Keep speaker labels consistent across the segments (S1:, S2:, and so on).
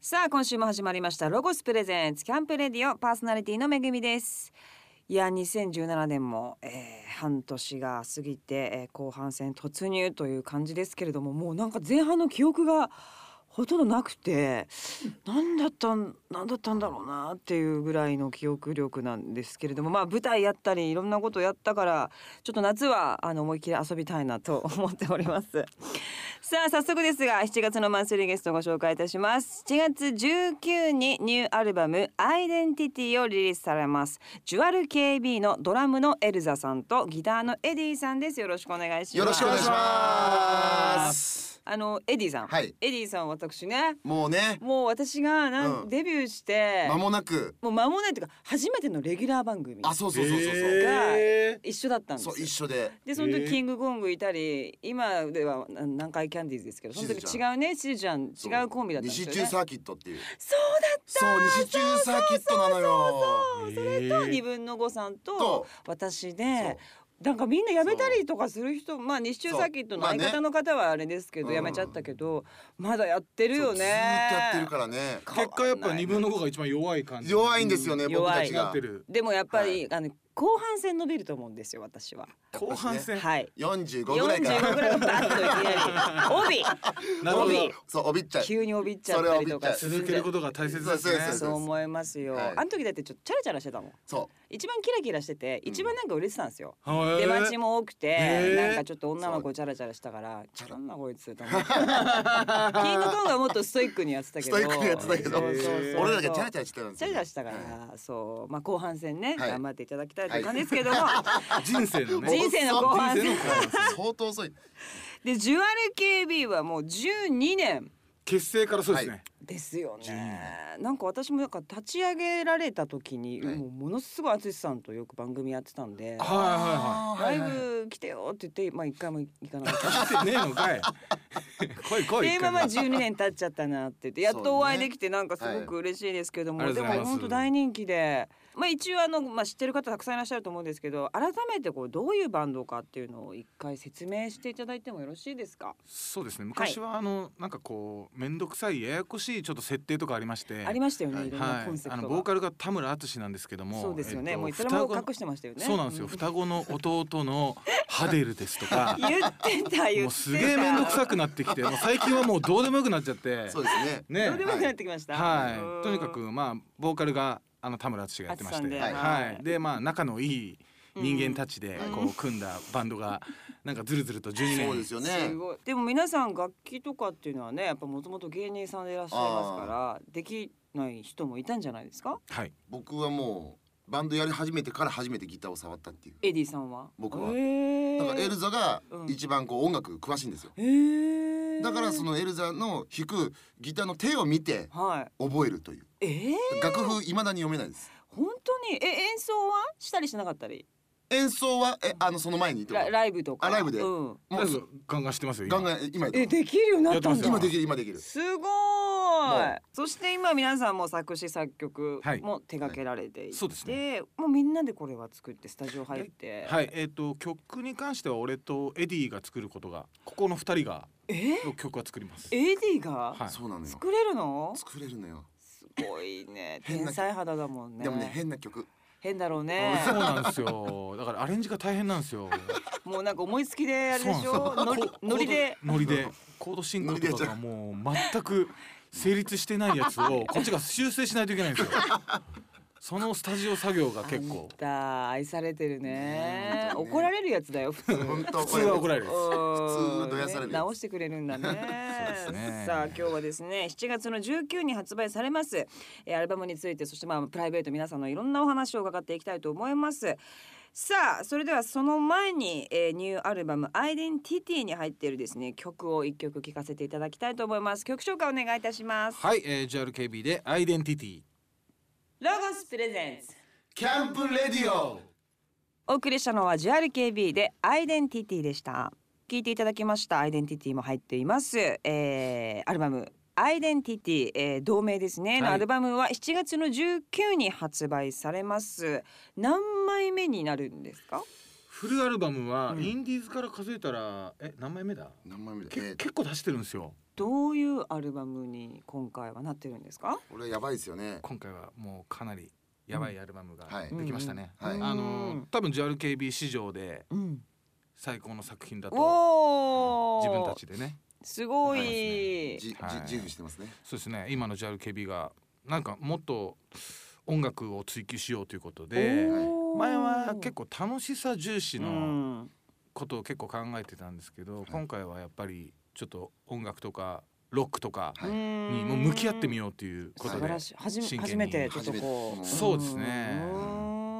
S1: さあ今週も始まりましたロゴスプレゼンツキャンプレディオパーソナリティのめぐみですいや2017年も、えー半年が過ぎて、えー後半戦突入という感じですけれどももうなんか前半の記憶がほとんどなくて何だったん何だったんだろうなっていうぐらいの記憶力なんですけれどもまあ舞台やったりいろんなことやったからちょっと夏はあの思いっきり遊びたいなと思っております。 さあ早速ですが7月のマンスリーゲストをご紹介いたします7月19にニューアルバムアイデンティティをリリースされますジュアル KB のドラムのエルザさんとギターのエディさんですよろしくお願いします
S2: よろしくお願いします。
S1: あのエディさん、
S2: はい
S1: エディさん私ね
S2: もうね、
S1: もう私がなん、
S2: うん
S1: デビューして
S2: 間もなく、
S1: もう間もないというか初めてのレギュラー番組
S2: あ、そうそうそうそうそう、
S3: え
S1: 一緒だったんです
S2: そ
S1: よ
S2: う一緒で、
S1: でその時
S3: えー
S1: キングコングいたり、今ではな南海キャンディーズですけどその
S2: しず
S1: 時
S2: ち
S1: 違うねしずちゃん
S2: そう
S1: 違うコンビだったんですよ
S2: 西
S1: ね
S2: 中サーキットっていう、
S1: そうだ
S2: そう西中サーキットなのよ。
S3: ー
S1: それと
S3: えー
S1: 二分の五さんと
S2: と
S1: 私
S2: そう
S1: でなんかみんな辞めたりとかする人まあ日中サーキットの
S2: そうま
S1: 相
S2: あね
S1: 方の方はあれですけど
S2: うん
S1: 辞めちゃったけどまだやってるよ
S2: そうずーっとやって
S1: ね
S2: るからね。
S1: か
S3: 結果やっぱ二分の五が一番弱い感じ。
S2: 弱いんですよね、
S1: うん
S2: 僕た
S1: 違
S2: ち
S1: う
S3: な
S2: が
S3: って。る。
S1: でもやっぱ
S2: は
S1: り
S2: い
S1: あの後半戦伸びると思うんですよ私は
S3: 後半戦。
S1: はい
S2: 四十五ぐらいから。
S1: 45ぐらいがバッとい きなり
S3: なるほど
S1: 帯。
S2: そう、おびっちゃ
S1: 帯
S2: い。
S1: 急に帯びっちゃったりとか
S2: そ
S1: 進
S3: 続
S1: ん
S3: け
S1: で
S3: ることが大切です
S2: そう
S3: ね
S2: そう。
S1: そう思いますよ、
S2: はい
S1: あの時だってちょっとチャラチャラしてたもん
S2: そ
S1: 一番キラキラしてて一番なんか売れてたんですよ、
S3: はい
S1: 出待ちも多くて、
S3: えー
S1: なんかちょっと女の子チャラチャラしたから「なんだこいつ」と思って キングコングはもっとストイックにやってたけど
S2: ストイックにやってたけど
S1: そうそうそう
S2: う。
S3: えー
S2: 俺らがチャラチャラしてたんです
S1: チャラチャ
S2: よね。
S1: ラしたから、そうまあ後半戦ね、
S2: はい
S1: 頑張っていただきたいという感じですけ ども、
S3: 人生の ね。
S1: 人生の後半戦
S3: 人生の後半戦
S2: はい。相当遅い。
S1: でジュアル KB はもう12年
S3: 結成からそうですね。
S1: ですよ
S3: 12
S1: ねなんか私もなんか立ち上げられた時に、
S2: はい
S1: もうものすごい淳さんとよく番組やってたんで
S3: はいは
S1: ライブ来てよって言って、まあ一回も行かなかった。
S3: いはい。来てねえのかい。来い来い。
S1: でまあまあ12年経っちゃったなって言ってやっ
S2: そう
S1: と
S2: ね
S1: お会いできてなんかすごく嬉しいですけども、
S3: はいあり
S1: で
S3: がとうご
S1: も
S3: ざいます
S1: 本当大人気で、まあ、一応あの、まあ、知ってる方たくさんいらっしゃると思うんですけど改めてこうどういうバンドかっていうのを一回説明していただいてもよろしいですか、
S3: そうですね。昔はあのなんかこうめんどくさいややこしいちょっと設定とかありまして。
S1: ありましたよね、
S2: はい
S1: い、ろん
S3: は
S1: ないコンセプ
S3: あ
S1: ト
S3: の
S1: が、
S3: ボーカルが田村淳なんですけども
S1: そうですよね、
S3: えっと
S1: もうそれも
S3: 双子の
S1: 隠してましたよね
S3: そうなんですよ双子の弟のハデルですと か
S1: 言ってた言ってた
S3: もうすげえ面倒くさくなってき てもう最近はもうどうでもよくなっちゃって
S2: そうですね。
S1: どうで
S3: ね
S1: もよくなってきました、
S3: は
S1: うん
S3: いとにかくまあボーカルがあの田村淳がやってまし
S1: 淳さん
S3: て
S1: で
S3: はい、
S1: はい
S3: でまあ仲のいい人間たちで
S2: うん
S3: こう組んだバンドがなんかずるずると12
S2: そうで
S3: 年
S2: すよね
S1: す。ごいでも皆さん楽器とかっていうのはねやっぱもともと芸人さんでいらっしゃいますからできない人もいたんじゃないですか
S3: はい
S2: 僕はもうバンドやり始めてから初めてギターを触ったっていう。
S1: エディさんは
S2: 僕は
S1: へ
S2: だ
S1: ー
S2: からエルザが
S1: うん
S2: 一番こう音楽詳しいんですよ。
S1: へー
S2: だからそのエルザの弾くギターの手を見て
S1: は
S2: 覚えるとい
S1: い
S2: う
S1: えー、
S2: 楽譜未だに読めないです
S1: 本当にえ演奏はしたりしなかったり
S2: 演奏はえあのその前にってこ
S1: ラライブとか
S2: あライブで
S1: うん、
S2: ともう
S3: ガンガンしてますよ今
S2: ガンガン今やって
S1: え
S2: ます
S1: できるようになったんだ
S2: 今できる今できる
S1: すご
S2: も
S1: ーいうそして今皆さんも作詞作曲
S3: はい
S1: も手掛けられていて、
S3: そうです
S1: もうみんなでこれは作ってスタジオ入って
S3: はいえっ、と曲に関しては俺とエディが作ることがここの二人が
S1: え
S3: 曲は作ります
S1: エディが
S3: はい
S2: そうなのよ
S1: 作れるの
S2: 作れるのよ
S1: すごいね
S2: 変
S1: 天
S2: な
S1: 才肌だもんね
S2: でもね変な曲
S1: 変だろうね
S3: そうなんですよだからアレンジが大変なんですよ
S1: もうなんか思いつきであれでしょ
S3: そうな
S1: ノ
S3: んす
S1: リ
S3: よこ
S1: ノリで
S3: コードノリでコード進行とかがもう全く成立してないやつをこっちが修正しないといけないんですよそのスタジオ作業が結構
S1: だ愛されてるね
S2: うん
S1: 怒
S2: 本当ね
S1: られるやつだよ普通
S2: 本当
S3: 普通は怒られるやつ
S1: 普
S2: 普通どやされるやつ
S1: 直してくれるんだね
S3: そうですね
S1: さあ今日はですね7月の19に発売されますえーアルバムについてそしてまあプライベート皆さんのいろんなお話を伺っていきたいと思いますさあそれではその前に、えーニューアルバム「アイデンティティ」に入っているですね曲を一曲聴かせていただきたいと思います曲紹介お願いいたします、
S3: はい、えー、JRKB で「アイデンティティ
S1: ロゴスプレゼンツ
S2: キャンプレディオ
S1: お送りしたのは JRKB でアイデンティティでした聞いていただきましたアイデンティティも入っています、えー、アルバムアイデンティティ、えー、同名ですね、の
S3: はい
S1: アルバムは7月の19に発売されます何枚目になるんですか」
S3: フルアルバムは
S1: うん
S3: インディーズから数えたら、え何枚目だ
S2: 何枚目だ
S3: け
S2: えー
S3: 結構出してるんですよ
S1: どういうアルバムに今回はなってるんですか？
S2: これやばいですよね
S3: 今回はもうかなりやばいアルバムが
S2: はい
S3: できましたね、
S2: うんはい
S3: あ
S1: う
S3: の
S1: ん
S3: 多分 JRKB 史上で
S1: うん。
S3: 最高の作品だと
S1: おお。
S3: 自分たちでね
S1: すご
S3: はい
S1: い。
S2: じ、
S3: はい
S2: じ、自負してますね
S3: そうですね今の JRKB がなんかもっと音楽を追求しようということで
S1: おー
S3: 前は結構楽しさ重視
S1: う
S3: の
S1: ん
S3: ことを結構考えてたんですけど、今回はやっぱりちょっと音楽とかロックとか
S2: はい
S3: にもう向き合ってみ
S1: よ
S3: ようという
S1: う
S3: こ
S1: ん素
S3: とで
S1: 晴らしい。初め
S3: 真剣に
S1: 初めてちょっとこう。
S2: 初めて
S3: そうですね
S1: う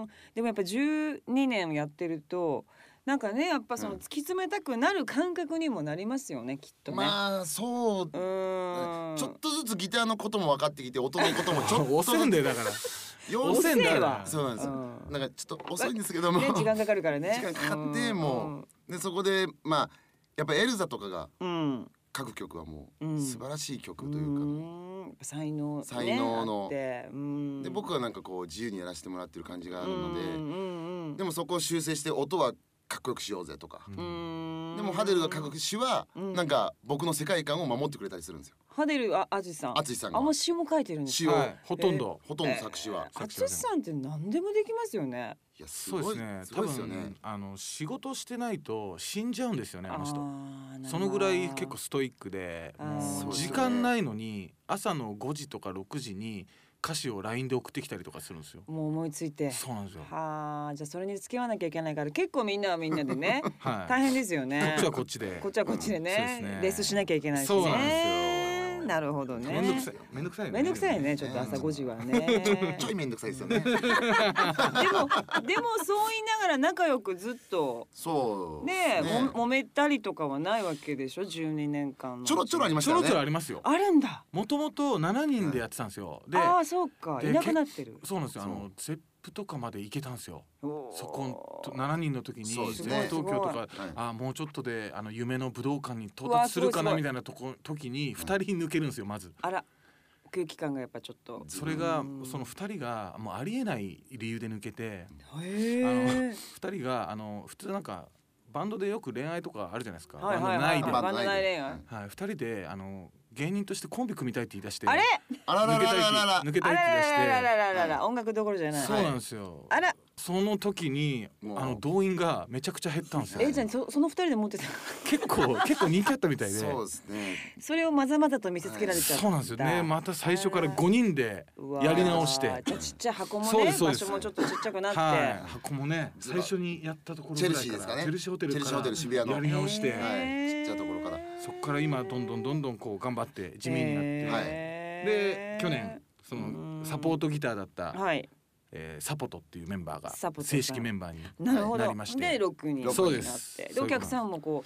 S1: んでもやっぱ12年やってるとなんかねやっぱその
S2: うん
S1: 突き詰めたくなる感覚にもなりますよねきっとね。
S2: まあそう
S1: う
S2: ち
S1: ーん。
S2: ょっとずつギターのことも分かってきて音のこともちょっと
S3: 遅んでだから
S2: よ
S3: お
S2: う
S3: せんだから
S2: そうなんですよ
S1: うん
S2: なんかちょっと遅いんですけども
S1: ね時間かかるからね。
S2: 時間かかってもうでそこでまあやっぱエルザとかが
S1: うん。うん。
S2: 書く曲はも
S1: う
S2: うん素晴らしい曲というか、
S1: ーんやっぱ才能、ね、
S2: 才能の
S1: あってうん
S2: で僕はなんかこう自由にやらせてもらってる感じがあるので、
S1: うんうんうん
S2: でもそこを修正して音はかっこよくしようぜとか、
S3: うん
S1: うん
S2: でもハデルが書く詩は
S1: うん
S2: なんか僕の世界観を守ってくれたりするんですよ
S1: ハデルあアジさん
S2: 淳さんが
S1: あもう詩も書いてるんです
S2: 詩を
S3: はいほとんど、
S2: ほとんど作詞は、
S1: アジさんって何でもできますよね
S2: いやす
S3: そう
S2: ごい
S3: ですね
S2: す
S3: 多
S2: ごいですよね
S3: 分あの仕事してないと死んじゃうんですよねあの人
S1: あーなるほど
S3: そのぐらい結構ストイックで
S1: あー
S3: もう時間ないのに朝の5時とか6時に歌詞を LINE で送ってきたりとかするんですよ
S1: もう思いついて
S3: そうなんですよ
S1: はあじゃあそれに付き合わなきゃいけないから結構みんなはみんなでね
S3: は
S1: 大変ですよ
S3: い
S1: ね
S3: こっちはこっちで
S1: こっちはこっちで
S3: うんそうで
S1: ね,、
S3: すね
S1: レースしなきゃいけないしね
S3: そうなんですよ
S1: なるほどね
S3: めんどくさいめんどくさいよね
S1: めんどくさいねちょっと朝
S2: うん
S1: 5時はね
S2: ちょい面倒くさいですよね
S1: でもでもそう言いながら仲良くずっと
S2: そう
S1: ねえ、
S2: です
S1: も揉めたりとかはないわけでしょ12年間の
S2: ちょろちょろありまし
S3: ち
S2: た
S3: ょ
S2: よ
S3: ろ
S2: ね
S3: ちょろありますよ
S1: あるんだ
S3: もともと7人でやってたんですよで
S1: ああそうか
S3: で
S1: いなくなってる
S3: そうなんですよあ
S2: そ
S3: のゼップとかまで行けたんですよ
S1: おー
S3: そこんと7人の時にゼ
S2: そう
S3: ッ
S2: で
S3: プ
S2: すね
S3: 東京と
S1: すご
S3: か
S2: はい
S3: あーもうちょっとであの夢の武道館に到
S1: うわー
S3: 達するか
S1: すごいすご
S3: ないみたいなとこ時に2人抜けるんですよまず
S1: あら空気感がやっぱちょっと
S3: それが
S1: うん
S3: その2人がもうありえない理由で抜けて
S1: へえ
S3: 2人があの普通なんかバンドでよく恋愛とかあるじゃないですか
S1: は
S3: バ
S1: い
S3: ンド
S1: はいは
S3: ない
S1: い
S3: で
S1: バン
S3: は
S1: ド内恋愛
S2: はい
S3: い2人であの芸人としてコンビ組みたいって言い出して
S1: あれ
S2: あらら
S3: 抜け
S2: ら
S3: たいって
S2: ららら
S3: 抜けた
S1: あ
S3: い
S1: ら
S3: って言い出
S1: ららら
S3: し
S1: ららら音楽どころじゃ
S3: て
S1: ない
S3: そうなんですよ
S1: あら
S3: その時に
S2: もう
S3: あの動員がめちゃくちゃ減ったんですよ
S1: えじゃあそその二人で持ってた
S3: 結構 結構人気あったみたいで
S2: そうですね
S1: それをまざまざと見せつけられちゃった
S3: そうなんですよねまた最初から5人で
S1: うわー
S3: やり直して
S1: じゃあちっちゃい箱も
S3: そう
S1: ね
S3: ですそう
S1: 場
S3: です
S1: 所もちょっとちっちゃくなって、
S3: はい、箱もね
S2: ズバ
S3: 最初にやったところぐ
S2: チェ
S3: らい
S2: ルシー
S3: から
S2: ですかね
S3: チェルシーホテル
S2: チェル
S3: から
S2: シーホテル渋谷の
S3: やり直して、
S1: へ
S2: は
S1: ー
S2: いちっちゃいところから
S3: そこから今どんどんどんどんこう頑張って地味になって、で
S1: へー
S3: 去年そのサポートギターだった、
S1: はい
S3: えーサポトっていうメンバーが
S1: サポトさん
S3: 正式メンバーに
S1: なるほど、
S3: なりまして
S1: で六人になって
S3: そうです
S1: でお客さんもこ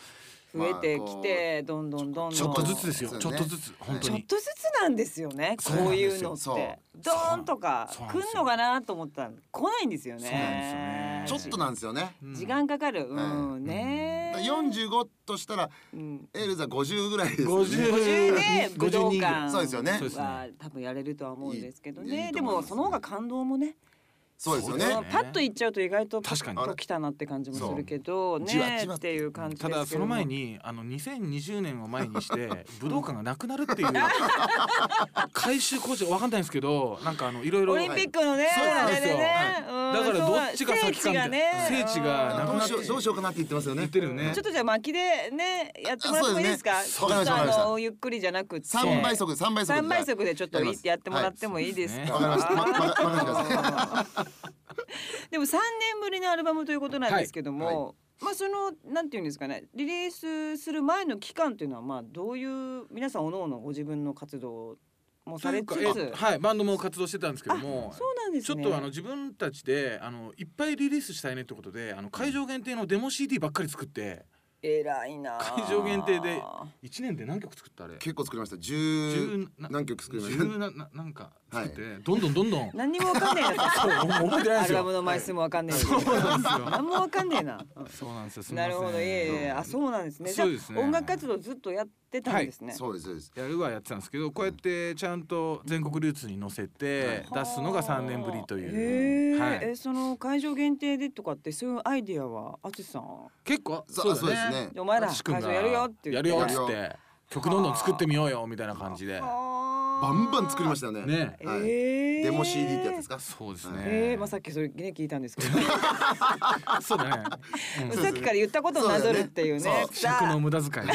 S1: う増えてきてどんどんどんどん
S3: ちょっとずつですよ、
S2: そう
S3: ちょっ
S2: ね
S3: とずつ本当
S1: ちょっ
S3: に
S1: とずつなんですよね
S3: そうなん
S1: こう
S3: で
S1: い
S3: す
S1: う
S3: よ
S1: のって
S2: そう
S1: ドーンとか
S3: そうなん
S1: 来
S3: ですよ
S1: んのかなと思ったら来ないんですよね
S3: そうなんです
S2: ちょ
S3: よね
S2: っとなんですよね
S3: うん
S1: 時間かかるうん、
S2: は
S1: ね
S2: 45としたら
S1: うん
S2: エルザ50ぐらいですね
S3: 50
S1: 50で武道
S3: 52ぐら
S1: 館
S3: い
S2: そうですよね
S3: そうです
S1: は
S3: ね
S1: 多分やれるとは思うんですけど
S2: いいい
S1: ね
S2: い
S1: で
S2: と思い
S1: も
S2: ます
S1: その方が感動もね
S2: そうですよ
S3: そう
S2: ね
S3: です
S1: パッと行っちゃうと意外とパ
S3: 確かに
S1: ッと来たなって感じもするけど
S2: そうじわ
S1: ね
S2: じわ
S1: っていう感じです
S3: た
S1: けど
S3: だその前
S1: に
S3: にあの2020年を前にして 武道館がなくなるっていう改修工事わかんないんですけどなんかあのいろいろ
S1: オリンピックのね
S3: そうな
S1: あ
S3: んで
S1: れ
S3: す
S1: で
S3: よ
S1: ね
S3: はいだからどっちが先かみたいな
S1: 聖
S3: 聖地
S1: 地
S3: が
S1: がね
S3: なく
S2: どう
S3: なっ
S2: しようどうしようかなって言ってますよ
S3: 言
S2: ね
S3: ってるよ
S1: うん
S3: ね
S1: ちょっとじゃあ巻きでねやってもらってもいいですか
S2: あそう
S1: ち
S2: で
S1: ょっ
S2: すね
S1: とあ
S2: わかりました
S1: のゆっくりじゃなくて
S2: 三倍速で三倍速で
S1: 三倍速でちょっと
S2: やります
S1: やってもらってもいいですか、
S3: は
S2: わかりましたまま任せてください
S1: でも3年ぶりのアルバムということなんですけども、
S2: はい
S1: まあそのなんていうんですかねリリースする前の期間っていうのはまあどういう皆さんおのおのご自分の活動もされつつ
S3: というかえはいバンドも活動してたんですけども
S1: そうなんです
S3: ちょ
S1: ね
S3: っとあの自分たちであのいっぱいリリースしたいねってことであの会場限定のデモ CD ばっかり作って
S1: 偉いなあ
S3: 会場限定で1年で何曲作ったあれ
S2: 結構作りました十
S3: 十な
S2: 何曲作りました
S3: 十なななんか作って、どんどんどんど ん
S1: 何にもわかんねえな
S3: そう覚えてないん
S1: ア
S3: です
S1: ル
S3: よ
S1: バムの枚数もわかんねえし、
S3: そうなんですよ
S1: 何もわかんねえなうん
S3: そうなんですよすみま
S1: な
S3: せん
S1: るほどいえいえあそうなんですね
S3: そうですね
S1: じゃあ音楽活動ずっとやってたんですね、
S2: そうですそうです
S3: やるはやってたんですけどこうやってちゃんと全国ルーツに乗せて出すのが3年ぶりとい
S1: へ
S3: う、
S1: ー
S3: は
S1: え
S3: い、
S1: その会場限定でとかってそういうアイディアはあつしさん
S3: 結構
S2: そうそうですね
S1: お前ら
S3: 淳君
S1: 会
S3: が
S1: 場やるよって言って
S3: やるよっつって曲どんどん作ってみようよみたいな感じで
S2: バ
S1: バ
S2: ンバン作りましたよね。
S3: ね
S2: はい
S1: えー
S2: デモ CD ってやつですか。
S3: そうです
S2: は
S3: ね
S2: い
S1: えー、まあさっきそれね聞いたんですけど、
S3: そうだ ね、うん
S1: さっきから言ったことをなぞるっていうね。
S2: そうだねそう
S1: さ
S3: 尺
S1: あ
S3: の無駄遣い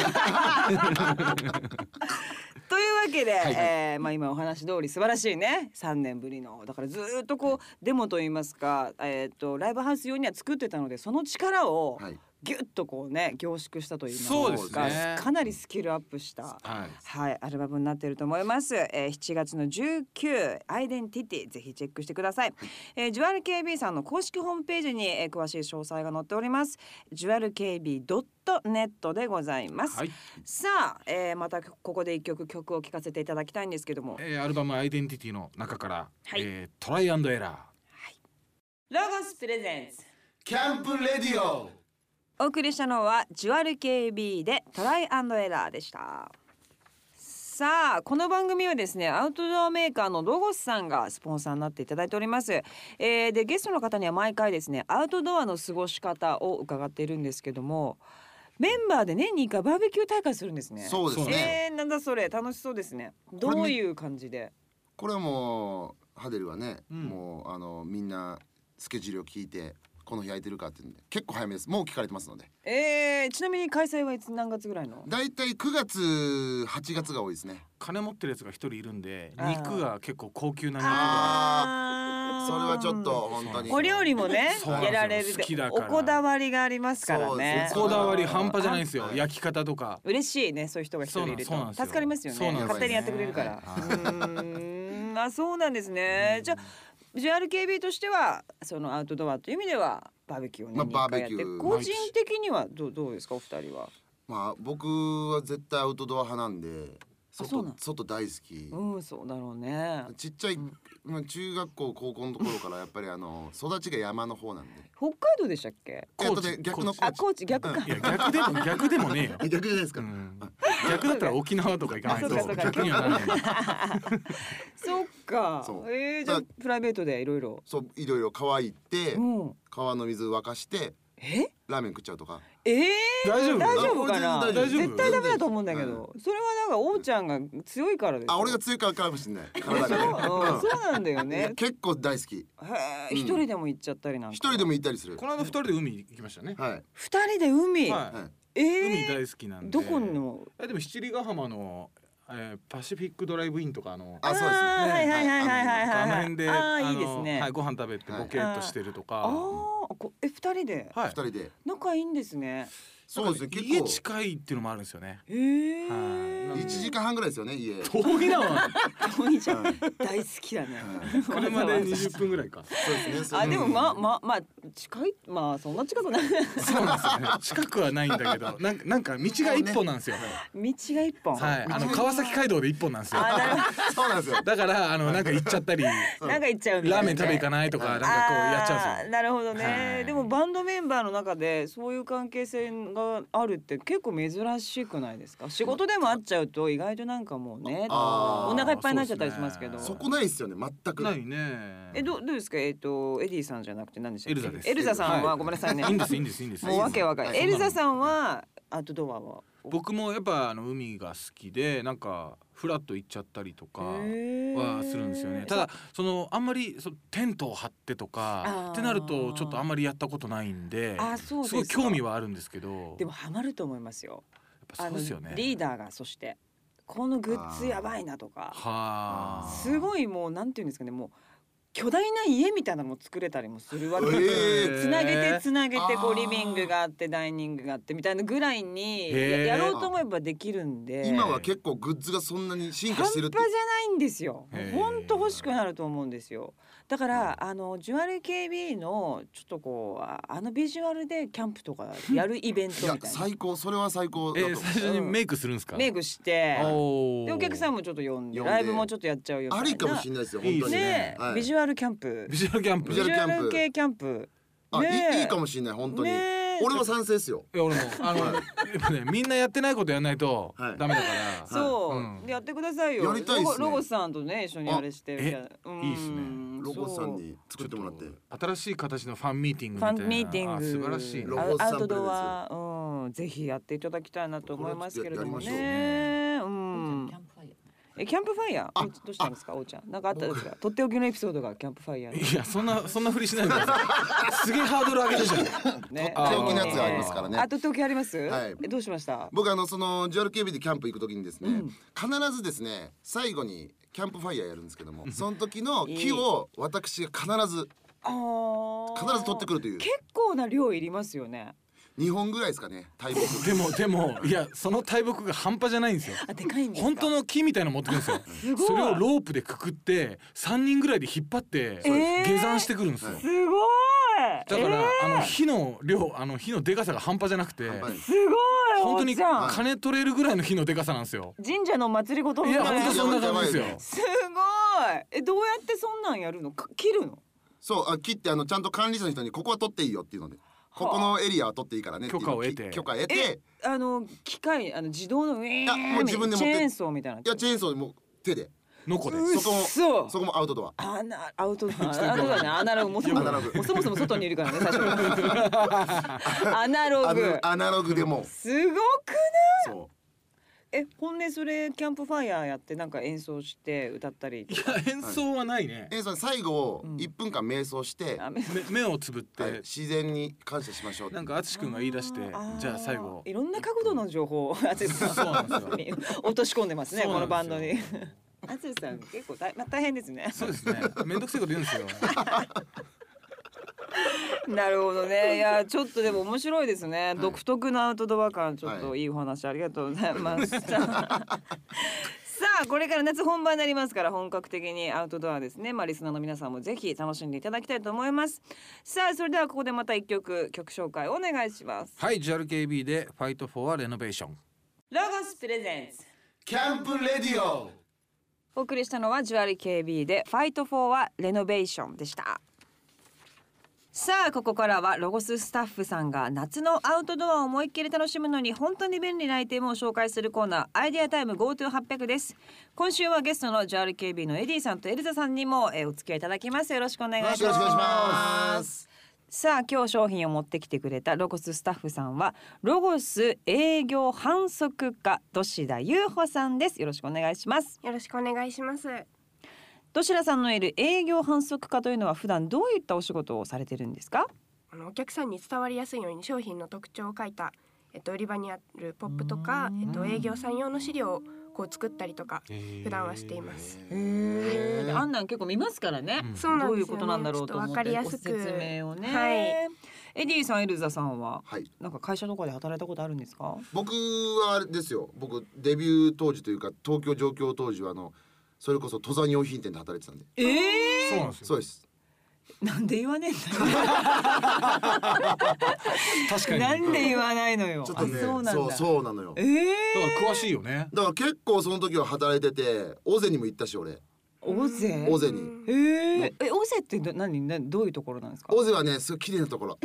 S1: というわけで、
S3: い
S1: えーまあ今お話通り素晴らしいね3年ぶりのだからずーっとこうデモといいますか、えー、とライブハウス用には作ってたのでその力を
S2: はい。
S1: ギュッとこうね凝縮したといいますか
S3: そうですね
S1: かなりスキルアップした。
S3: はい
S1: はい、アルバムになっていると思います。えー、7月の19アイデンティティぜひチェックしてください。えー、ジュアル KB さんの公式ホームページに、えー、詳しい詳細が載っております。ジュアル KB ドットネットでございます。
S3: はい
S1: さあ、えー、またここで一曲曲を聴かせていただきたいんですけども、
S3: えーアルバム「アイデンティティ」の中から、
S1: はい
S3: えートライアンドエラー
S1: ロゴスプレゼンス。
S2: キャンプレディオ。
S1: お送りしたのはジュアル KB でトライアンドエラーでしたさあこの番組はですねアウトドアメーカーのロゴスさんがスポンサーになっていただいております、えーでゲストの方には毎回ですねアウトドアの過ごし方を伺っているんですけどもメンバーで年に1回バーベキュー大会するんですね
S2: そうです
S3: そう
S2: ね。
S1: えー、なんだそれ楽しそうですねど
S2: れね
S1: ういう感じで
S2: これはもうハデルはね、
S3: うん
S2: もうあのみんなスケジュールを聞いてこの日空いてるかっていうんで結構早めです。もう聞かれてますので。
S1: えー、ちなみに開催はいつ何月ぐらいの
S2: だいたい9月8月が多いですね。
S3: 金持ってるやつが一人いるんで
S1: あー
S3: 肉が結構高級な肉が
S1: あー
S2: それはちょっと本当に。
S1: お料理もね
S3: そうなんです
S1: やら
S3: よ
S1: れる
S3: 好きだ
S1: お
S3: から
S1: こだわりがありますから
S2: そうで
S1: ね
S2: す
S3: こだわり半端じゃないんです
S2: あ
S3: よ
S2: ー
S3: 焼き方とか
S1: 嬉しいねそういう人が一人いると
S3: そうなんですよ
S1: 助かりますよ
S3: そう
S1: ね
S2: で
S3: なん
S2: すよ
S1: 勝手にやってくれるから、
S3: はいう
S1: ーんあそうなんですねじゃあ JRKB としてはそのアウトドアという意味ではバーベキューをね
S2: まあ
S1: 日課やって
S2: バーベキュー
S1: 個人的にはどうどうですかお二人は
S2: まあ僕は絶対アウトドア派なんで
S1: そうな
S2: 外
S1: の
S2: 外大好き、
S1: うんそうだろうね
S2: ちっちゃい、まあ、中学校高校のところからやっぱり あの育ちが山の方なんで
S1: 北海道でしたっけ
S3: 高知
S2: えっとね逆の
S3: 高
S1: あ高知逆か、
S3: いや逆でも逆でも ねえよ
S2: え逆じゃないですか、
S3: うん逆だったら沖縄とか行かない
S1: あそう
S3: と
S1: か
S3: 逆にはならない
S1: そっか
S2: そう
S1: えー、じゃあ
S2: だ
S1: プライベートでいろいろ
S2: そういろいろ川行って、
S1: うん
S2: 川の水沸かして
S1: え
S2: ラーメン食っちゃうとか
S1: えー、
S3: 大丈夫
S1: 大丈夫かな
S2: あ
S3: 全然大丈夫
S1: 絶対ダメだと思うんだけど、それはなんかおうちゃんが強いからですよ
S2: あ俺が強いからかもしれない
S1: そ
S2: 体
S1: う、
S2: が
S1: う ん、
S2: ね
S1: そうなんだよ
S2: う
S1: ね
S2: ん結構大好き
S1: へえ
S2: うん
S1: 一人でも行っちゃったりなんか
S2: 一人でも行ったりする
S3: この間二人で海行きましたね
S2: はい、
S1: 二人で海、
S3: は
S2: はい、
S1: え
S3: い海
S1: ー、
S3: 大好きなんで
S1: どこの
S3: えでも七里ヶ浜のえーパシフィックドライブインとかあの
S2: あそうですね
S1: ーはいはいはいはいはい
S3: あ
S1: はい
S3: の辺で、
S1: あ
S3: あ
S1: ーいい
S3: の
S1: ですね、
S3: はい、ご飯食べてボケっとしてるとか。
S1: あーこえ二人で
S3: は
S2: 二
S3: い。
S2: 人で
S1: 仲いいんですね
S2: そうですね
S3: 家
S2: 結構
S3: 近いっていうのもあるんですよね。
S1: へえ
S3: はいなんで
S2: 一時間半ぐらいですよね家
S3: 遠いな。
S1: 遠いじゃん
S2: はい
S1: 大好きだね
S2: はい
S3: 車で二十分ぐらいか。
S2: そうですねそ う
S1: あでも
S2: うん
S1: まあまあまあ近いまあそんな近くない道
S3: そうなんですよね。 近くはないんだ けど、なんかなんか道が一本なんですよ。
S1: が一本
S3: はい。あの川崎街道で一本なんですよ。
S1: あなるほ
S2: そうなんですよ
S3: だからあのなんか行っちゃったり、ラ
S1: どなんか行っちゃうみたい
S3: ー
S1: な
S3: メン食べ行かないとかなんかこうやっちゃうん
S1: あー
S3: で
S1: なるほどね、
S3: はい
S1: でもバンドメンバーの中でそういう関係性があるって結構珍しくないですか仕事でも会っちゃうと意外となんかもうね
S2: あ
S1: お
S2: ー
S1: 腹いっぱいになっちゃったりしますけど
S3: ー
S2: そこないですよね全く
S3: すよ。ないね。
S1: えどうどうですかえっ、とエディさんじゃなくて何でしたっけ
S3: エルザです
S1: エルザさんは、
S3: はい
S1: ごめんなさいね
S3: いいんですいいんですいいんです。
S1: もうわけわかんない
S2: はい
S1: エルザさんはアウトドアは
S3: 僕もやっぱあの海が好きでなんかフラッと行っちゃったりとかは
S1: は
S3: するんですよね。ただそのあんまりそのテントを張ってと
S1: あー
S3: かってなるとちょっとあんまりやったことないんで、
S1: あそうです
S3: す
S1: か
S3: ごい興味はあるんですけど、
S1: でもハマると思いますよ
S3: やっぱそうですよ
S1: あ
S3: ね
S1: の。リーダーがそしてこのグッズやばいなとか
S3: はあ。
S1: すごいもうなんていうんですかねもう巨大な家みたいなのも作れたりもするわけですよ、
S2: え
S1: つなげてつなげてこう
S2: あー
S1: リビングがあってダイニングがあってみたいなぐらいにや
S3: へー
S1: やろうと思えばできるんで
S2: 今は結構グッズがそんなに進
S1: 半
S2: 化
S1: 端
S2: し
S1: じ
S2: て
S1: ゃ
S2: る
S1: な
S2: って
S1: いんですよ
S3: へー
S1: ほんと欲しくなると思うんですよだからあのジュアル KB のちょっとこうああのビジュアルでキャンプとかやるイベン
S2: い
S1: ト
S2: や
S1: みたいな
S2: 最高それは最高だ
S3: え
S2: と思
S3: ー
S2: う
S3: 最初にメイクするんですか。
S1: メイクして
S3: お
S1: でお客さん
S3: も
S1: もちょっと呼んで
S2: 呼んで
S1: ライブもちょっとやっちゃうよみた
S2: あ
S1: いな
S2: りかもしれないですよ本
S3: いい
S2: 当に
S3: ですね
S1: ねえ、
S2: はい
S1: ビジュアルキャンプ
S3: ビジュアルキャンプ。
S2: ビ
S1: ビ
S3: い
S1: ジ
S2: ジュアル
S1: ュア
S2: キャンプ
S1: ル系キャンプ
S2: あ
S1: ねえ
S2: いいいいかもしれない本当に
S1: ねえ
S2: 俺は賛成ですよ
S3: や俺もあの、やっぱねみんなやってないことやんないと
S2: はい
S3: ダメだから。
S1: そう、
S3: うん
S1: でやってくださいよ
S2: やりたいっすね
S1: ロゴロゴスさんとね一緒にあれしてみたいなうん
S3: いいっすね
S2: ロゴスさん
S1: そう
S2: に作ってもらって
S3: 新しい形のファンミーティング
S1: フ
S3: みたい
S1: ァ
S3: な
S1: ンミーティン
S3: あ
S1: グ
S3: 素晴らしい
S2: ロ
S3: ね
S2: ゴス
S1: ア
S2: さん
S1: ウトドア、うん、ぜひやっていただきたいなと思いますけれども
S2: これはちょっとや
S1: ね
S2: りましょう
S1: えキャンプファイヤーどどうしたんですかおうちゃんなんかあったんですかとっておきのエピソードがキャンプファイヤー
S3: いやそんなそんなふりしないでくださいすげえハードル上げてるじゃん
S1: のね
S2: とっておきのやつありますからね
S1: あとっておきあります、
S2: はい
S1: えどうしました
S2: 僕あのその JRKB でキャンプ行く時にですね、
S1: うん
S2: 必ずですね最後にキャンプファイヤーやるんですけどもその時の木を私が必ず
S1: あー
S2: 必ず取ってくるという
S1: 結構な量いりますよね
S2: 2本ぐらいですかね大木
S3: でもでもいやその大木が半端じゃないんですよ
S1: あでかいんですか
S3: 本当の木みたいなの持ってくるんです
S1: す
S3: よ
S1: ごい
S3: それをロープでくくって3人ぐらいで引っ張って
S1: えー
S3: 下山してくるんですよ、
S1: すごい
S3: だから、
S1: えー
S3: あの火の量あの火のでかさが半端じゃなくて
S2: 半端ない
S1: すごい
S3: 本当
S1: お
S3: に
S1: うちゃん
S3: 金取れるぐらいの火のでかさなんですよ
S1: 神社の祭りごと
S3: い
S1: みた
S3: や
S1: な
S3: 本当そんな感じですよ
S2: やばいやば
S1: すごいえどうやってそんなんやるのか切るの
S2: そうあ切ってあのちゃんと管理者の人にここは取っていいよっていうのでここのエリアは取っていいからねっていう
S3: 許可を得て
S2: き許可得て
S1: あの機械あの自動のウィーンみたい
S2: いや
S1: な
S2: もう自分で持
S1: チ
S2: って
S1: ェーンソーみたいない
S2: やチェーンソーでもう手で
S3: のこで
S1: うっ
S2: そこ
S1: そ
S2: もそこもアウトドア
S1: アナアウトアナログだねアナログもうそも
S2: アナログ
S1: もうそもそも外にいる からね最初アナロ
S2: ア
S1: グ
S2: ナアナログでも
S1: すごくない
S2: そう
S1: え本音それキャンプファイヤーやってなんか演奏して歌ったり
S3: いや演奏はないね、
S2: えーその最後
S1: うん
S2: 1分間瞑想して、
S1: あめ
S3: め目をつぶって、
S2: はい自然に感謝しましょうって
S3: なんか淳君が言い出して
S1: ー
S3: じゃあ最後
S1: いろんな角度の情報を淳さ
S3: そうなん
S1: ん
S3: ですよ
S1: 本当に 落とし込んでますね
S3: そう
S1: こ
S3: な
S1: の
S3: んですよ
S1: バンドに淳さん結構大,、まあ、大変ですね
S3: そうですねめんどくさいこと言うんですよ
S1: なるほど ねいやちょっとでも面白いですね、
S2: い
S1: 独特のアウトドア感ちょっと
S2: はい
S1: いお話ありがとうございま した、 さあこれから夏本番になりますから本格的にアウトドアですねまあリスナーの皆さんもぜひ楽しんでいただきたいと思いますさあそれではここでまた一曲曲紹介お願いします
S3: はい JALKB で「ファイトフォアレノベーション
S1: ロゴスプレゼンツ
S2: キャンプレディオ
S1: お送りしたのはジュアリ KB でファイトフォーはレノベーションでしたさあここからはロゴススタッフさんが夏のアウトドアを思いっきり楽しむのに本当に便利なアイテムを紹介するコーナーアイデアタイム GoTo800 です今週はゲストのジュアリ KB のエディさんとエルザさんにも、えーお付き合いいただきますよろしくお願いします
S2: よろしくお願いします
S1: さあ今日商品を持ってきてくれたロゴススタッフさんはロゴス営業販促課土師田優穂さんですよろしくお願いします
S4: よろしくお願いします。
S1: どしらさんのいる営業販促課というのは普段どういったお仕事をされてるんですか
S4: あのお客さんに伝わりやすいように商品の特徴を書いた、えっと売り場にあるポップとか、えっと営業さん用の資料をこう作ったりとか普段はしています。
S1: へあんなん結構見ますからね、
S3: うん
S4: そうな
S1: ど
S4: ん
S1: う
S4: です
S1: い
S4: よ
S1: うことなんだろうと思
S4: ちょっ
S1: っ
S4: わかり
S1: て
S4: や
S1: ご
S4: すく
S1: 説明をね、
S4: はい。
S1: エディさんエルザさんは
S2: はい
S1: なんか会社とかで働いたことあるんですか
S2: 僕はあれですよ僕デビュー当時というか東京上京当時はあのそれこそ登山用品店で働いてたんで
S1: ええ
S3: そうなんです
S2: そう
S3: よ
S2: です
S1: なんで言わね
S3: 確
S1: え
S3: か
S1: んだ
S3: に
S1: よなんで言わないのよ
S2: ちょっとね
S1: あそうなんだ
S2: そうそうなのよ
S1: ええ
S3: だから詳しいよね
S2: だから結構その時は働いてて大勢にも行ったし俺
S1: 大勢
S2: 大勢
S4: う
S2: に
S4: ん
S1: えええ大勢ってど何などういうところなんですか
S2: 大勢はねすごい綺麗なところ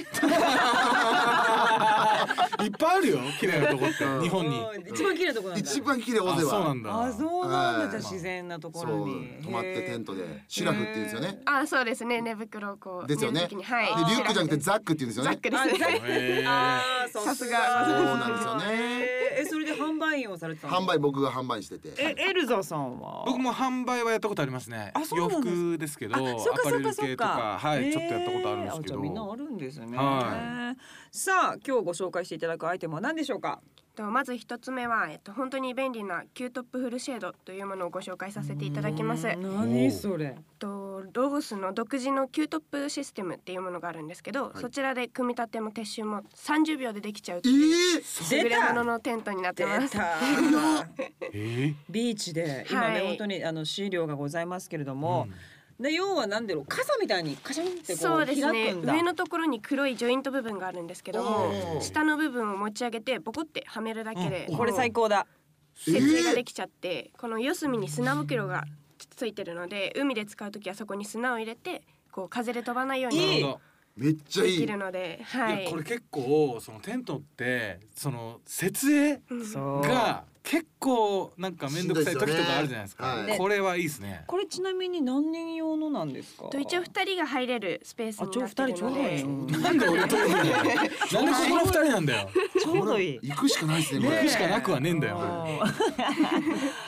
S3: いっぱいあるよ綺麗なとこっ て
S2: うん
S3: 日本に
S1: うん一番綺麗なところなんだ
S2: 一番綺麗大
S3: あ
S2: 勢は
S3: そうなんだ
S1: あそうなんだ、
S2: はい
S1: じゃあ自然なとこ
S2: そう
S1: ろに
S2: 泊まってテントでシュラフっていうんですよね
S4: あ、そうですね。寝袋をこう
S2: ですよね
S4: 寝る時にはい。
S2: でリュックじゃなくてザックっていうんですよ
S4: ザ
S2: ね
S4: ックですね。
S3: へー
S1: あー
S4: さすが
S2: そうなんですよね
S1: えーえそれで販売員をされてたの
S2: 販売僕が販売してて
S1: えエルザさんは
S3: 僕も販売はやったことありますね
S1: あそうな
S3: 洋
S1: んです
S3: 服ですけど
S1: あそ
S3: ア
S1: うか
S3: パレ
S1: そう
S3: ル
S1: かそ
S3: 系
S1: う
S3: と
S1: か
S3: かはいちょっとやったことあるんで
S1: え
S3: すけ
S1: ー
S3: ど
S1: じゃみんなあるんですね、
S3: は
S1: さあ今日ご紹介していただくアイテムは何でしょうか
S4: とまず一つ目はえっと本当に便利なキュートップフルシェードというものをご紹介させていただきます。
S1: うーん何それ
S4: とロゴスの独自のキュートップシステムっていうものがあるんですけど、
S2: い
S4: そちらで組み立ても撤収も30秒でできちゃうって
S2: え
S4: いう
S2: ー
S4: 優れもののテントになってま
S1: 出
S4: す。
S1: た
S3: え
S1: ビーチで今ね、
S4: はい
S1: 本当にあの資料がございますけれども、で要は何だろう傘みたいにカシャンってこう
S4: そう
S1: 開
S4: ですね
S1: くんだ
S4: 上のところに黒いジョイント部分があるんですけども
S2: おー
S4: 下の部分を持ち上げてボコってはめるだけで、
S3: うん
S1: これ最高だ
S4: 設定ができちゃって、この四隅に砂袋がついてるので海で使う時はそこに砂を入れてこう風で飛ばないよう
S1: いい
S4: に
S3: なるほど
S2: めっちゃ
S4: で
S2: い
S4: き
S2: い
S4: るのではいい
S3: やこれ結構そのテントってその設営
S4: うん
S1: そう
S3: が結構なんか面倒くさい時とかあるじゃないです
S2: し
S3: か
S2: んどいですよねはい
S3: これはいいですね
S1: これちなみに何人用のなんですか
S4: と一応二人が入れるスペース
S1: あ
S4: に
S1: ちょ
S4: な
S1: う
S4: って
S1: 二人
S4: る
S1: ちょう
S4: の
S1: どいい
S4: で
S1: よ
S3: なんで俺とるんだよなんでここの二人なんだよ
S1: ちょうどいい
S2: 行くしかないですねこ
S3: 行
S2: れ
S3: くしかなくはねえんだよ
S1: あー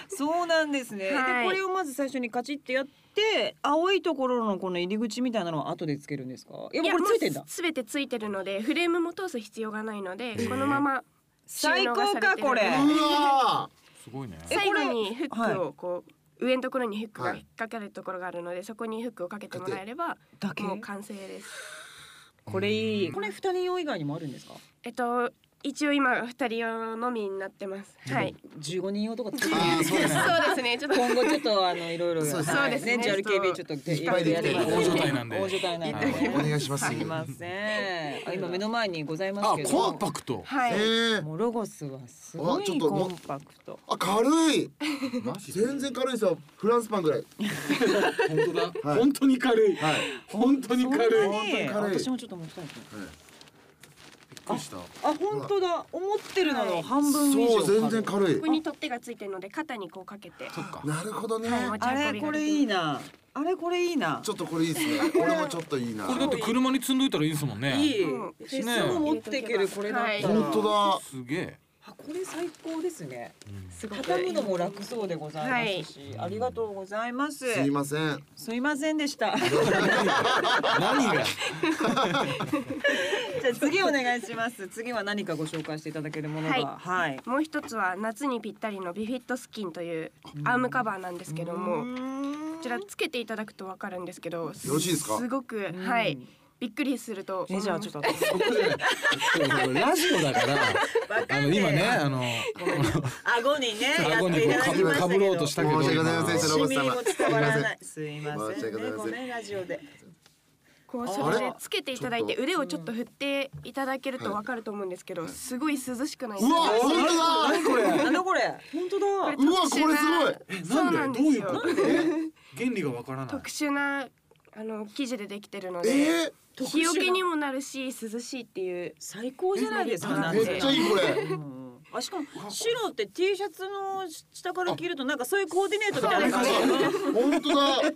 S1: そうなんですね。
S4: はい
S1: でこれをまず最初にカチッってやって青いところのこの入り口みたいなのは後でつけるんですか。いやもうこれついてんだ
S4: もう。すべてついてるのでフレームも通す必要がないので
S3: ー
S4: このまま
S1: 最高かこれ。
S4: 収納がされてる
S2: うわ
S3: すごいね。
S1: え
S4: 最後にフ
S1: は
S4: ッ
S1: い
S4: クをこう上のところにフックが
S2: はい
S4: 引っ掛けるところがあるのでそこにフックをかけてもらえれば
S1: だけ。
S4: もう完成です。
S1: これいい。
S3: うん
S1: これ二人用以外にもあるんですか。
S4: えっと一応今二人用のみになってます。はい。。
S1: 十五人用とか作って
S2: あー
S1: み
S2: そう
S1: て
S2: で。すね
S4: そうですね。ちょっと
S1: 今後ちょっとあのいろいろ
S2: そうです
S4: ね
S1: はい
S4: そうですね
S1: ね JRKB ちょっと
S2: いっぱいできて
S1: やって
S3: 大所帯なんで
S1: 大所帯なん
S3: は
S1: で
S3: い
S2: ーお願いします。
S1: すいませんあ今目の前にございます
S3: あ
S1: けど
S3: コンパクト。
S4: は
S2: え
S4: い。
S2: ー、
S1: もうロゴスはすごい
S2: あちょっと
S1: コンパクト
S2: あ軽い
S3: マジ
S2: 全然軽いですよフランスパンぐらい
S3: 本当だ、
S2: はい
S3: 本当に軽い。
S2: はい
S3: 本当に軽
S1: そん
S3: い。びっ
S1: なに
S2: 本当に軽い
S1: 私もちょっと持ちたいですね
S3: くりした。
S1: あ本当だ思ってるのの半分以上
S2: そう全然軽い
S4: ここに取っ手がついてるので肩にこうかけて。
S3: そっか。
S2: なるほどね、
S4: はい持ち
S1: あれこれいいなあれこれいいな
S2: ちょっとこれいいですね俺もちょっといいな
S3: これだって車に積んどいたらいいですもんね。
S1: いい
S4: うん
S1: フェスも持ってけるこれだったら
S2: 本当だ
S3: すげえ。
S1: あこれ最高ですね
S4: すごく
S1: 畳むのも楽そうでございますし、ありがとうございます
S2: すいません
S1: すいませんでした
S3: 何が。
S1: じゃあ次お願いします次は何かご紹介していただけるものが
S4: は
S1: はいい、
S4: もう一つは夏にぴったりのビフィットスキンというアームカバーなんですけどもこちらつけていただくとわかるんですけどよろ
S2: ろしいですか
S4: すごくはいびっくりすると
S1: えじゃあちょっと
S3: そこじゃないそうそうラジオだから。あの今ねあの
S1: 顎にねや
S3: 顎
S1: っ
S3: に
S1: てい
S3: こ
S1: ただき
S3: う
S1: まし
S3: か
S1: た
S3: ぶ
S1: け
S3: ろうと
S1: ど
S3: したけど。
S2: 申し訳ございません
S1: し
S2: そ
S1: み
S2: の
S1: にも伝わらないすいませ
S2: 申し
S1: ん
S2: 訳ござ
S1: ね
S2: いません
S1: ごめんラジオで
S4: こうそれ
S2: あ
S4: で
S2: れ
S4: つけていただいて
S2: ちょ
S4: 腕をちょっと振っていただけるとわかると思うんですけどすごい涼しくないで
S2: う
S4: す
S2: わ
S4: か
S2: 本当だ
S1: これなんだこれ本当だ
S2: うわこれすごい
S4: そうなんですよ
S3: 原理がわからない
S4: 特殊なあの生地でできてるので
S2: え
S4: 日よけにもなるし涼しいっていう
S1: 最高じゃないですか
S4: え
S1: なん
S2: ー、
S1: て
S2: めっちゃいいこれ
S1: うんあしかも白って T シャツの下から着るとなんかそういうコーディネートみたいな感じ
S2: 本当だ
S1: い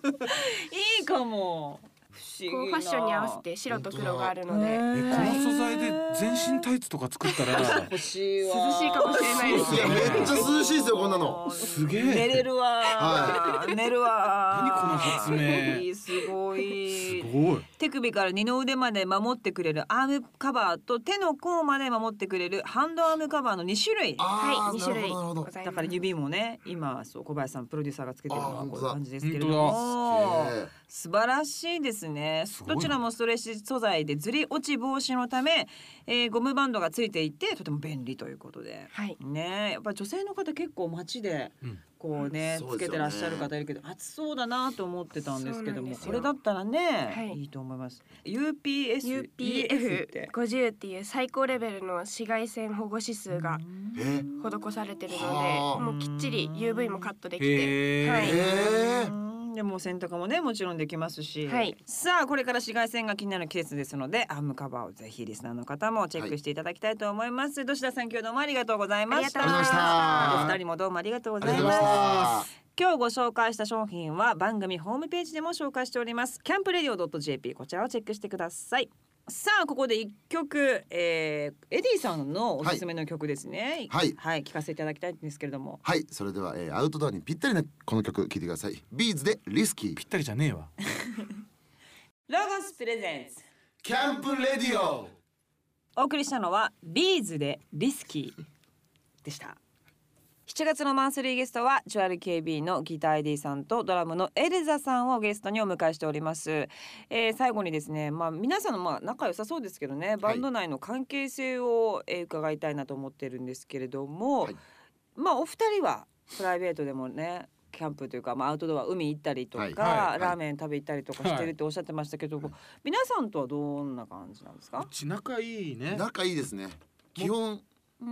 S1: いかも不思議な
S4: こうファッションに合わせて白と黒があるの
S1: へ
S4: で
S3: えこ
S1: ー
S3: の素材で全身タイツとか作ったら
S1: 欲しいわ
S4: 涼しいかもしれないです
S2: い
S4: ね
S2: やめっちゃ涼しいですよこんなの
S3: すげえ
S1: 寝れるわ、寝るわ
S3: 何この発明
S1: いいすご
S3: す
S1: い
S3: ごい。
S1: 手首から二の腕まで守ってくれるアームカバーと手の甲まで守ってくれるハンドアームカバーの2種類
S2: あ
S4: は
S2: ー
S4: い二種類
S2: なるほどなるほど
S4: ござい
S1: だ
S4: ま
S1: から
S4: す
S1: 指もね今そう小林さんプロデューサーがつけてるの
S2: あ
S1: は
S2: ー
S1: こう
S2: 本当
S1: い
S2: だ
S1: う感じですけれども
S2: 本当だ
S1: 素晴らしいですね
S3: すごい
S1: ど
S3: な
S1: ちらもストレッチ素材でずり落ち防止のため、えーゴムバンドがついていてとても便利ということで
S4: はい
S1: ねえやっぱ女性の方結構街で
S3: うん
S1: こうね、
S2: そうで
S1: つけ
S2: すよね
S1: てらっしゃる方いるけど暑そうだなと思ってたんですけど
S4: そうなん
S1: も
S4: ですよ
S1: これだったらね、
S4: はい
S1: い、いと思います。UPS EF って。
S4: UPF50 っていう最高レベルの紫外線保護指数が
S2: え
S4: 施されてるので
S2: はあ
S4: もうきっちり UV もカットできて
S3: へえ。
S4: はい
S2: えー
S1: うんでも洗濯もねもちろんできますし、
S4: はい
S1: さあこれから紫外線が気になる季節ですのでアームカバーをぜひリスナーの方もチェックしていただきたいと思います、どし田さん今日どうもありがとうございました
S4: ありがとうござい
S2: ました
S1: お二人もどうもありがとうご
S2: あ
S1: ざ
S2: り
S1: い
S2: がとうご
S1: ま
S2: ざい
S1: す
S2: ました
S1: 今日ご紹介した商品は番組ホームページでも紹介しておりますキャンプレディオ .jp こちらをチェックしてくださいさあここで一曲、えー、エディさんのおすすめの曲ですね
S2: はい
S1: はい、聞かせていただきたいんですけれども
S2: はいそれでは、えー、アウトドアにぴったりなこの曲聴いてくださいビーズでリスキー
S3: ぴったりじゃねえわ。
S1: ロゴスプレゼンス
S2: キャンプレディオ
S1: お送りしたのはビーズでリスキーでした7月のマンスリーゲストはジュアル KB のギター ID さんとドラムのエルザさんをゲストにお迎えしております、えー最後にですねまあ皆さんのまあ仲良さそうですけどねバンド内の関係性を、えー伺いたいなと思ってるんですけれども、
S2: はい
S1: まあお二人はプライベートでもねキャンプというか、まあ、アウトドア海行ったりとか、
S2: はいは
S1: ラ
S2: い
S1: ーメン食べ行ったりとかしてるっておっしゃってましたけど、
S2: はい
S1: 皆さんとはどんな感じなんですか
S3: うち仲いいね。
S2: 仲いいですね基本
S1: 家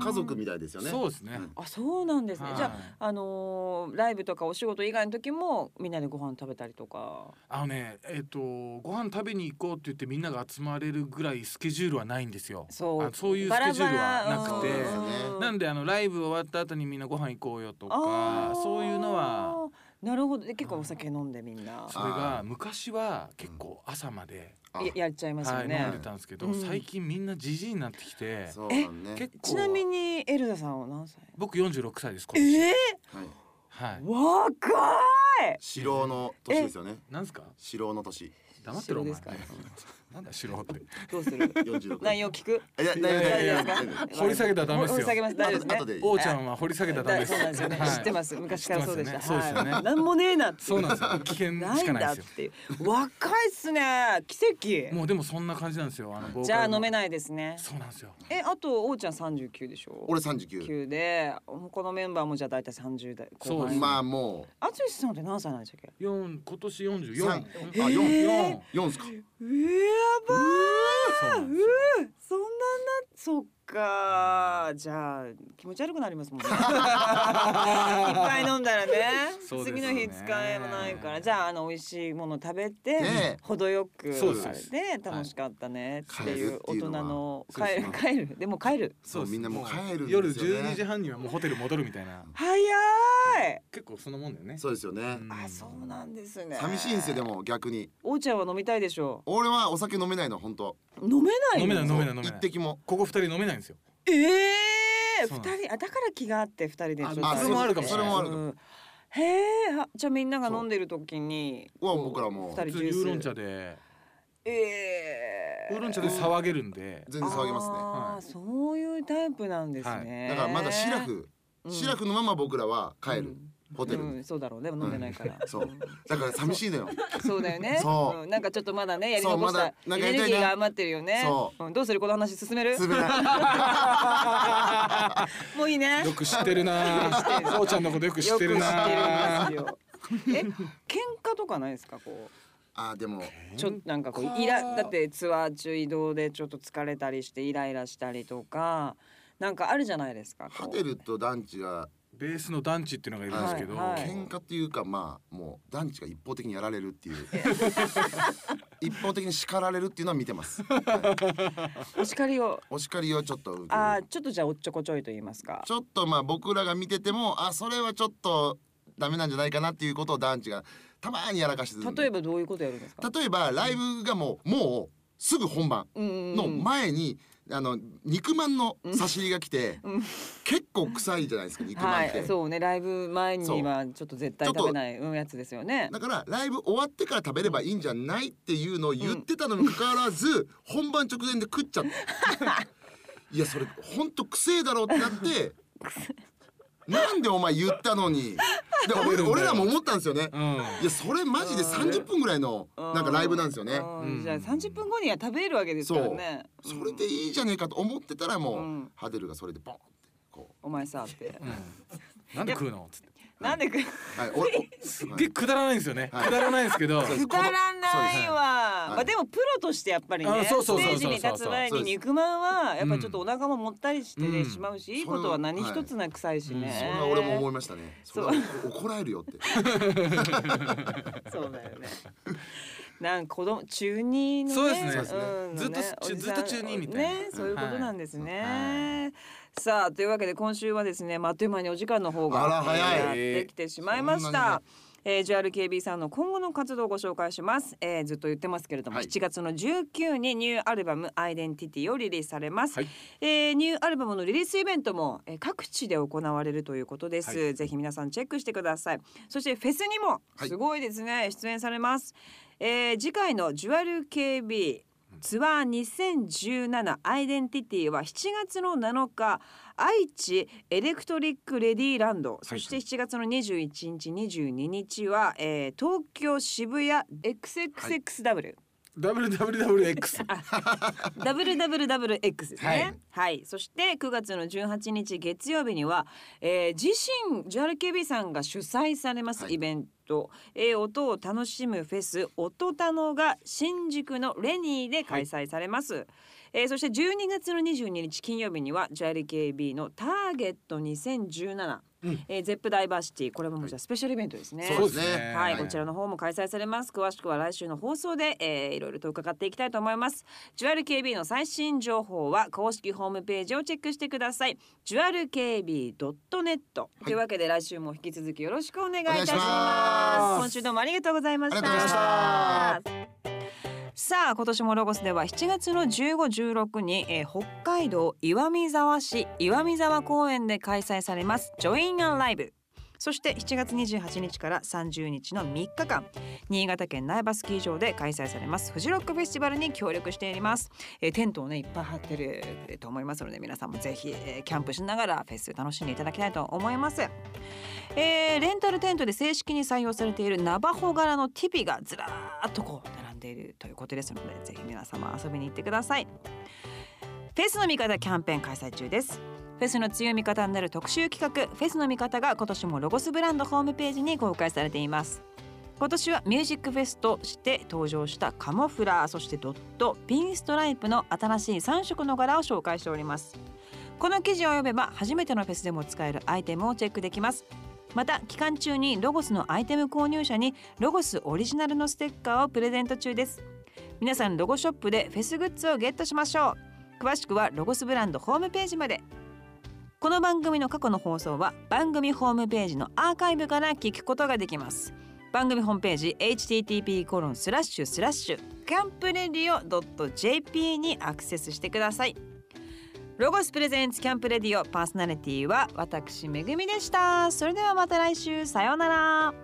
S2: 家族みたいですよね
S3: そうですね。
S2: うん
S1: あそうなんですね、
S3: はい
S1: じゃあ、あのーライブとかお仕事以外の時もみんなでご飯食べたりとか
S3: あのね、えっ、とご飯食べに行こうって言ってみんなが集まれるぐらいスケジュールはないんですよ。
S1: そう
S3: あそういうスケジュールはなくて。
S2: バラバラ
S1: うん
S3: なんであのライブ終わった後にみんなご飯行こうよとか
S1: あー
S3: そういうのは
S1: なるほどで結構お酒飲んでみんな
S3: それが昔は結構朝まで、
S2: あ
S1: ややっちゃいますよ
S3: はい、飲ん
S1: ね
S3: で、たんですけど、
S1: うん
S3: 最近みんなじじいになってきて
S2: そうなんね
S3: 結構
S1: ちなみにエルダさんは何歳
S3: 僕46歳です今年
S1: え
S2: はい
S3: はい
S1: 若い
S2: 白の年ですよね
S3: なんですか
S2: 白の年
S3: 黙ってろお
S1: 白
S3: 前
S1: ですか
S3: なんだ白って
S1: どうす る
S2: 46
S1: 内容聞く
S2: いやいやいやいやいやいや
S3: 掘り下げたらダメですよ
S1: 掘り下げます大丈夫です
S2: 後
S1: ね
S2: で
S3: 王ちゃんは掘り下げたらダメ
S1: だ
S3: で
S1: そうなんです
S3: す
S1: よね、知ってます昔からそうでした
S3: 知ってますよねそうですよ
S1: はい
S3: ね
S1: なんもねえなっていう
S3: そうなんですよ危険しか
S1: ん
S3: な
S1: だ
S3: い
S1: っ
S3: です
S1: ていう若いっすね奇
S3: よもうでもそんな感じなんですよあのボーカ
S1: 跡
S3: ルの
S1: じゃあ飲めないですね
S3: そうなんですよ
S1: えあと王ちゃん39でしょ
S2: 俺39
S1: 9で他のメンバーもじゃあ大体30代後
S3: そうで
S1: 半
S3: す
S2: まあも
S1: あつしさんって何歳なんでしたっけ
S3: 四今年四十四
S2: 三
S3: あ
S2: え
S3: 四
S2: ー
S3: 四
S2: う4っすか
S1: うーやば
S3: そうな
S1: ーう
S3: んですよ
S1: ーそんなんなそっかーじゃあ気持ち悪くなりますもんね いっぱい飲んだらね
S3: そうです
S1: 次
S3: よ
S1: の
S3: ね
S1: 日使えもないからじゃああの美味しいもの食べて、
S2: ねえ
S1: 程よく
S3: そ
S1: あ
S3: うです
S1: れで楽しかったねっていう
S2: 帰
S1: 大
S2: るってい
S1: 人
S2: うの
S1: の
S2: は
S1: 帰る
S2: そう
S1: 帰るでも帰る
S2: そうみんなもう帰るんですよね
S3: 夜十二時半にはもうホテル戻るみたいな
S1: 早い、
S3: 結構そのもんだよね
S2: そうですよね
S3: ん
S1: あそうなんですね
S2: 寂しいんですよでも逆に
S1: おうちゃんは飲みたいでしょ
S2: 俺はお酒飲めないの本当
S1: う飲めないの
S3: 飲めない飲めない飲めない
S2: 一滴も
S3: ここ二人飲めないんですよ
S1: ええ
S3: そう
S1: 二
S3: なんです
S1: 人あだから気があって二人でちょっと
S2: あまあ
S1: れ
S2: それもあるかも
S3: それも
S2: あるかも
S1: うんへえあじゃあみんなが飲んでる時に
S2: は僕らもう
S1: 二
S3: 普
S1: 人
S3: 通
S1: ジ
S3: に
S1: ュ
S3: ウ
S1: ース
S3: ーロン茶で
S1: ええ
S3: ウーロン茶で騒げるんで
S2: 全然騒げますね
S1: あ
S3: は
S1: ー
S3: い
S1: そういうタイプなんですね、
S2: だからまだシラフ
S1: うん
S2: シラフのまま僕らは帰
S1: う
S2: る
S1: ん
S2: ホテル
S1: うん、そうだろうね飲んでないから、
S2: そうだから寂しいのよ
S1: そうだよね
S2: そうん
S1: なんかちょっとまだねやり
S2: そう
S1: 残し
S2: まだ
S1: た
S2: なん
S1: エ
S2: かや
S1: ネ
S2: りた
S1: ル
S2: いね
S1: ギーが余ってるよね
S2: そ
S1: うん、どうするこの話進める
S2: 滑らない
S1: もういいね
S3: よく知ってるな
S1: 知ってる
S3: ーおうちゃんのことよく知ってる
S1: よ
S3: な
S1: く知ってるんですよ。え、喧嘩とかないですか、こ
S2: あーでも
S1: う、ちょっとなんかこう、イラ、だってツアー中移動でちょっと疲れたりして、イライラしたりとか。なんかあるじゃないですか。
S2: ホ
S1: こう
S2: テルと団地が
S3: ベースの団地っていうのがいるんですけど、
S1: はいはい
S2: 喧嘩っていうかまあもう団地が一方的にやられるっていう 一方的に叱られるっていうのは見 てます、はい
S1: お叱りを、
S2: お叱りをちょっと受ける
S1: あー、ちょっとじゃあ、おっちょこちょいと言いますか
S2: ち。ょっとまあ僕らが見ててもあそれはちょっとダメなんじゃないかなっていうことを団地がたまーにやらかしてるんで
S1: 例えば、どういうことやるんですか。
S2: 例えばライブがもうもうすぐ本番
S1: うんうんうん
S2: の前に、あの肉まんの差し入れが来て、結構臭いじゃないですか肉まん
S1: は
S2: って、
S1: い、そうね、ライブ前には、ちょっと絶対食べない、うん、やつですよね。
S2: だからライブ終わってから食べればいいんじゃないっていうのを言ってたのにもかかわらず、 本番直前で食っちゃったいやそれほんとくせえだろってなって なんでお前言ったのにで俺俺らも思ったんですよね、
S3: うん、
S2: いやそれマジで30分ぐらいのなんかライブなんですよね
S1: うん
S3: うん
S1: じゃあ、三十分後には食べれるわけですからね。
S2: それでいいじゃねえかと思ってたらも
S1: う
S2: う、
S1: ん
S2: ハデルがそれでボンってこ
S1: お前さって。
S3: うん、なんで食うのつって
S1: なんでく。
S2: うはい俺お
S3: すっげえくだらないんですよね、
S2: はい
S3: くだらないんですけど
S2: そうです
S1: くだらないわ、まあでもプロとしてやっぱり
S3: あ
S1: ね
S3: そう
S1: ステ
S3: そうそうそ
S1: ー
S3: う
S1: ジに立つ前に肉まんはやっぱりちょっとお腹ももったりしてね
S3: うん
S1: しまうし、いいことは何一つなく臭いしね、
S2: それは俺も思いましたねそれは
S1: そう
S2: 怒られるよって
S1: そうだよねなんか子供中二のね
S3: そうですね
S2: そうですね
S1: ん
S3: ずっと
S1: ね
S3: ちゅ
S1: おじさん
S3: ずっと中二みたいな
S1: ねそういうことなんです
S3: は
S1: ね、さあというわけで今週はですねまああっという間にお時間の方
S2: あ
S1: が
S2: ら早
S3: い
S1: やってきてしまいまし
S2: そん
S1: た、
S2: な
S1: えー、JRKB さんの今後の活動をご紹介します、えー、ずっと言ってますけれども、
S2: はい
S1: 7月の19にニューアルバム「アイデンティティ」をリリースされます、
S3: はい
S1: えーニューアルバムのリリースイベントも、えー、各地で行われるということです、
S3: は
S1: ぜひ皆さんチェックしてくださいそしてフェスにも
S2: はい
S1: すごいですね、出演されます、えー、次回のジュアル KB ツアー2017アイデンティティは7月の7日愛知エレクトリックレディーランドそして7月の21日22日は、えー、東京渋谷 XXXW、
S3: WWWX
S1: ダブルダブルダブル X です
S3: はい
S1: ね。はい、そして9月の18日月曜日には、えー、自身 JRKB さんが主催されます
S2: はい
S1: イベント、えー音を楽しむフェス音たのが新宿のレニーで開催されます。えーそして12月の22日金曜日には JRKB のターゲット2017、
S3: うん
S1: えー、ゼップダイバーシティこれももうじゃあスペシャルイベントですね。
S2: そうですね
S1: はい、
S2: はい
S1: こちらの方も開催されます詳しくは来週の放送で、えー、いろいろと伺っていきたいと思いますジュアル KB の最新情報は公式ホームページをチェックしてくださいジュアル KB.net というわけで来週も引き続きよろしくお願いいたし
S2: お願いし
S1: ま
S2: ますす
S1: 今週どうもありがとうございました
S2: ありがとうございま
S1: さあ今年もロゴスでは7月の1516に、えー北海道岩見沢市岩見沢公園で開催されますジョインアンライブそして7月28日から30日の3日間新潟県苗場スキー場で開催されますフジロックフェスティバルに協力しています、えーテントをねいっぱい張ってるえーと思いますので皆さんもぜひ、えーキャンプしながらフェス楽しんでいただきたいと思います、えーレンタルテントで正式に採用されているナバホ柄のティピがずらーっとこう並んでいるということですのでぜひ皆様遊びに行ってくださいフェスの味方キャンペーン開催中ですフェスの強い味方になる特集企画フェスの味方が今年もロゴスブランドホームページに公開されています今年はミュージックフェスとして登場したカモフラーそしてドットピンストライプの新しい3色の柄を紹介しておりますこの記事を読めば初めてのフェスでも使えるアイテムをチェックできますまた期間中にロゴスのアイテム購入者にロゴスオリジナルのステッカーをプレゼント中です皆さんロゴショップでフェスグッズをゲットしましょう詳しくはロゴスブランドホームページまでこの番組の過去の放送は番組ホームページのアーカイブから聞くことができます番組ホームページ http コロンスラッシュスラッシュキャンプレディオ .jp にアクセスしてくださいロゴスプレゼンツキャンプレディオパーソナリティは私めぐみでしたそれではまた来週さようなら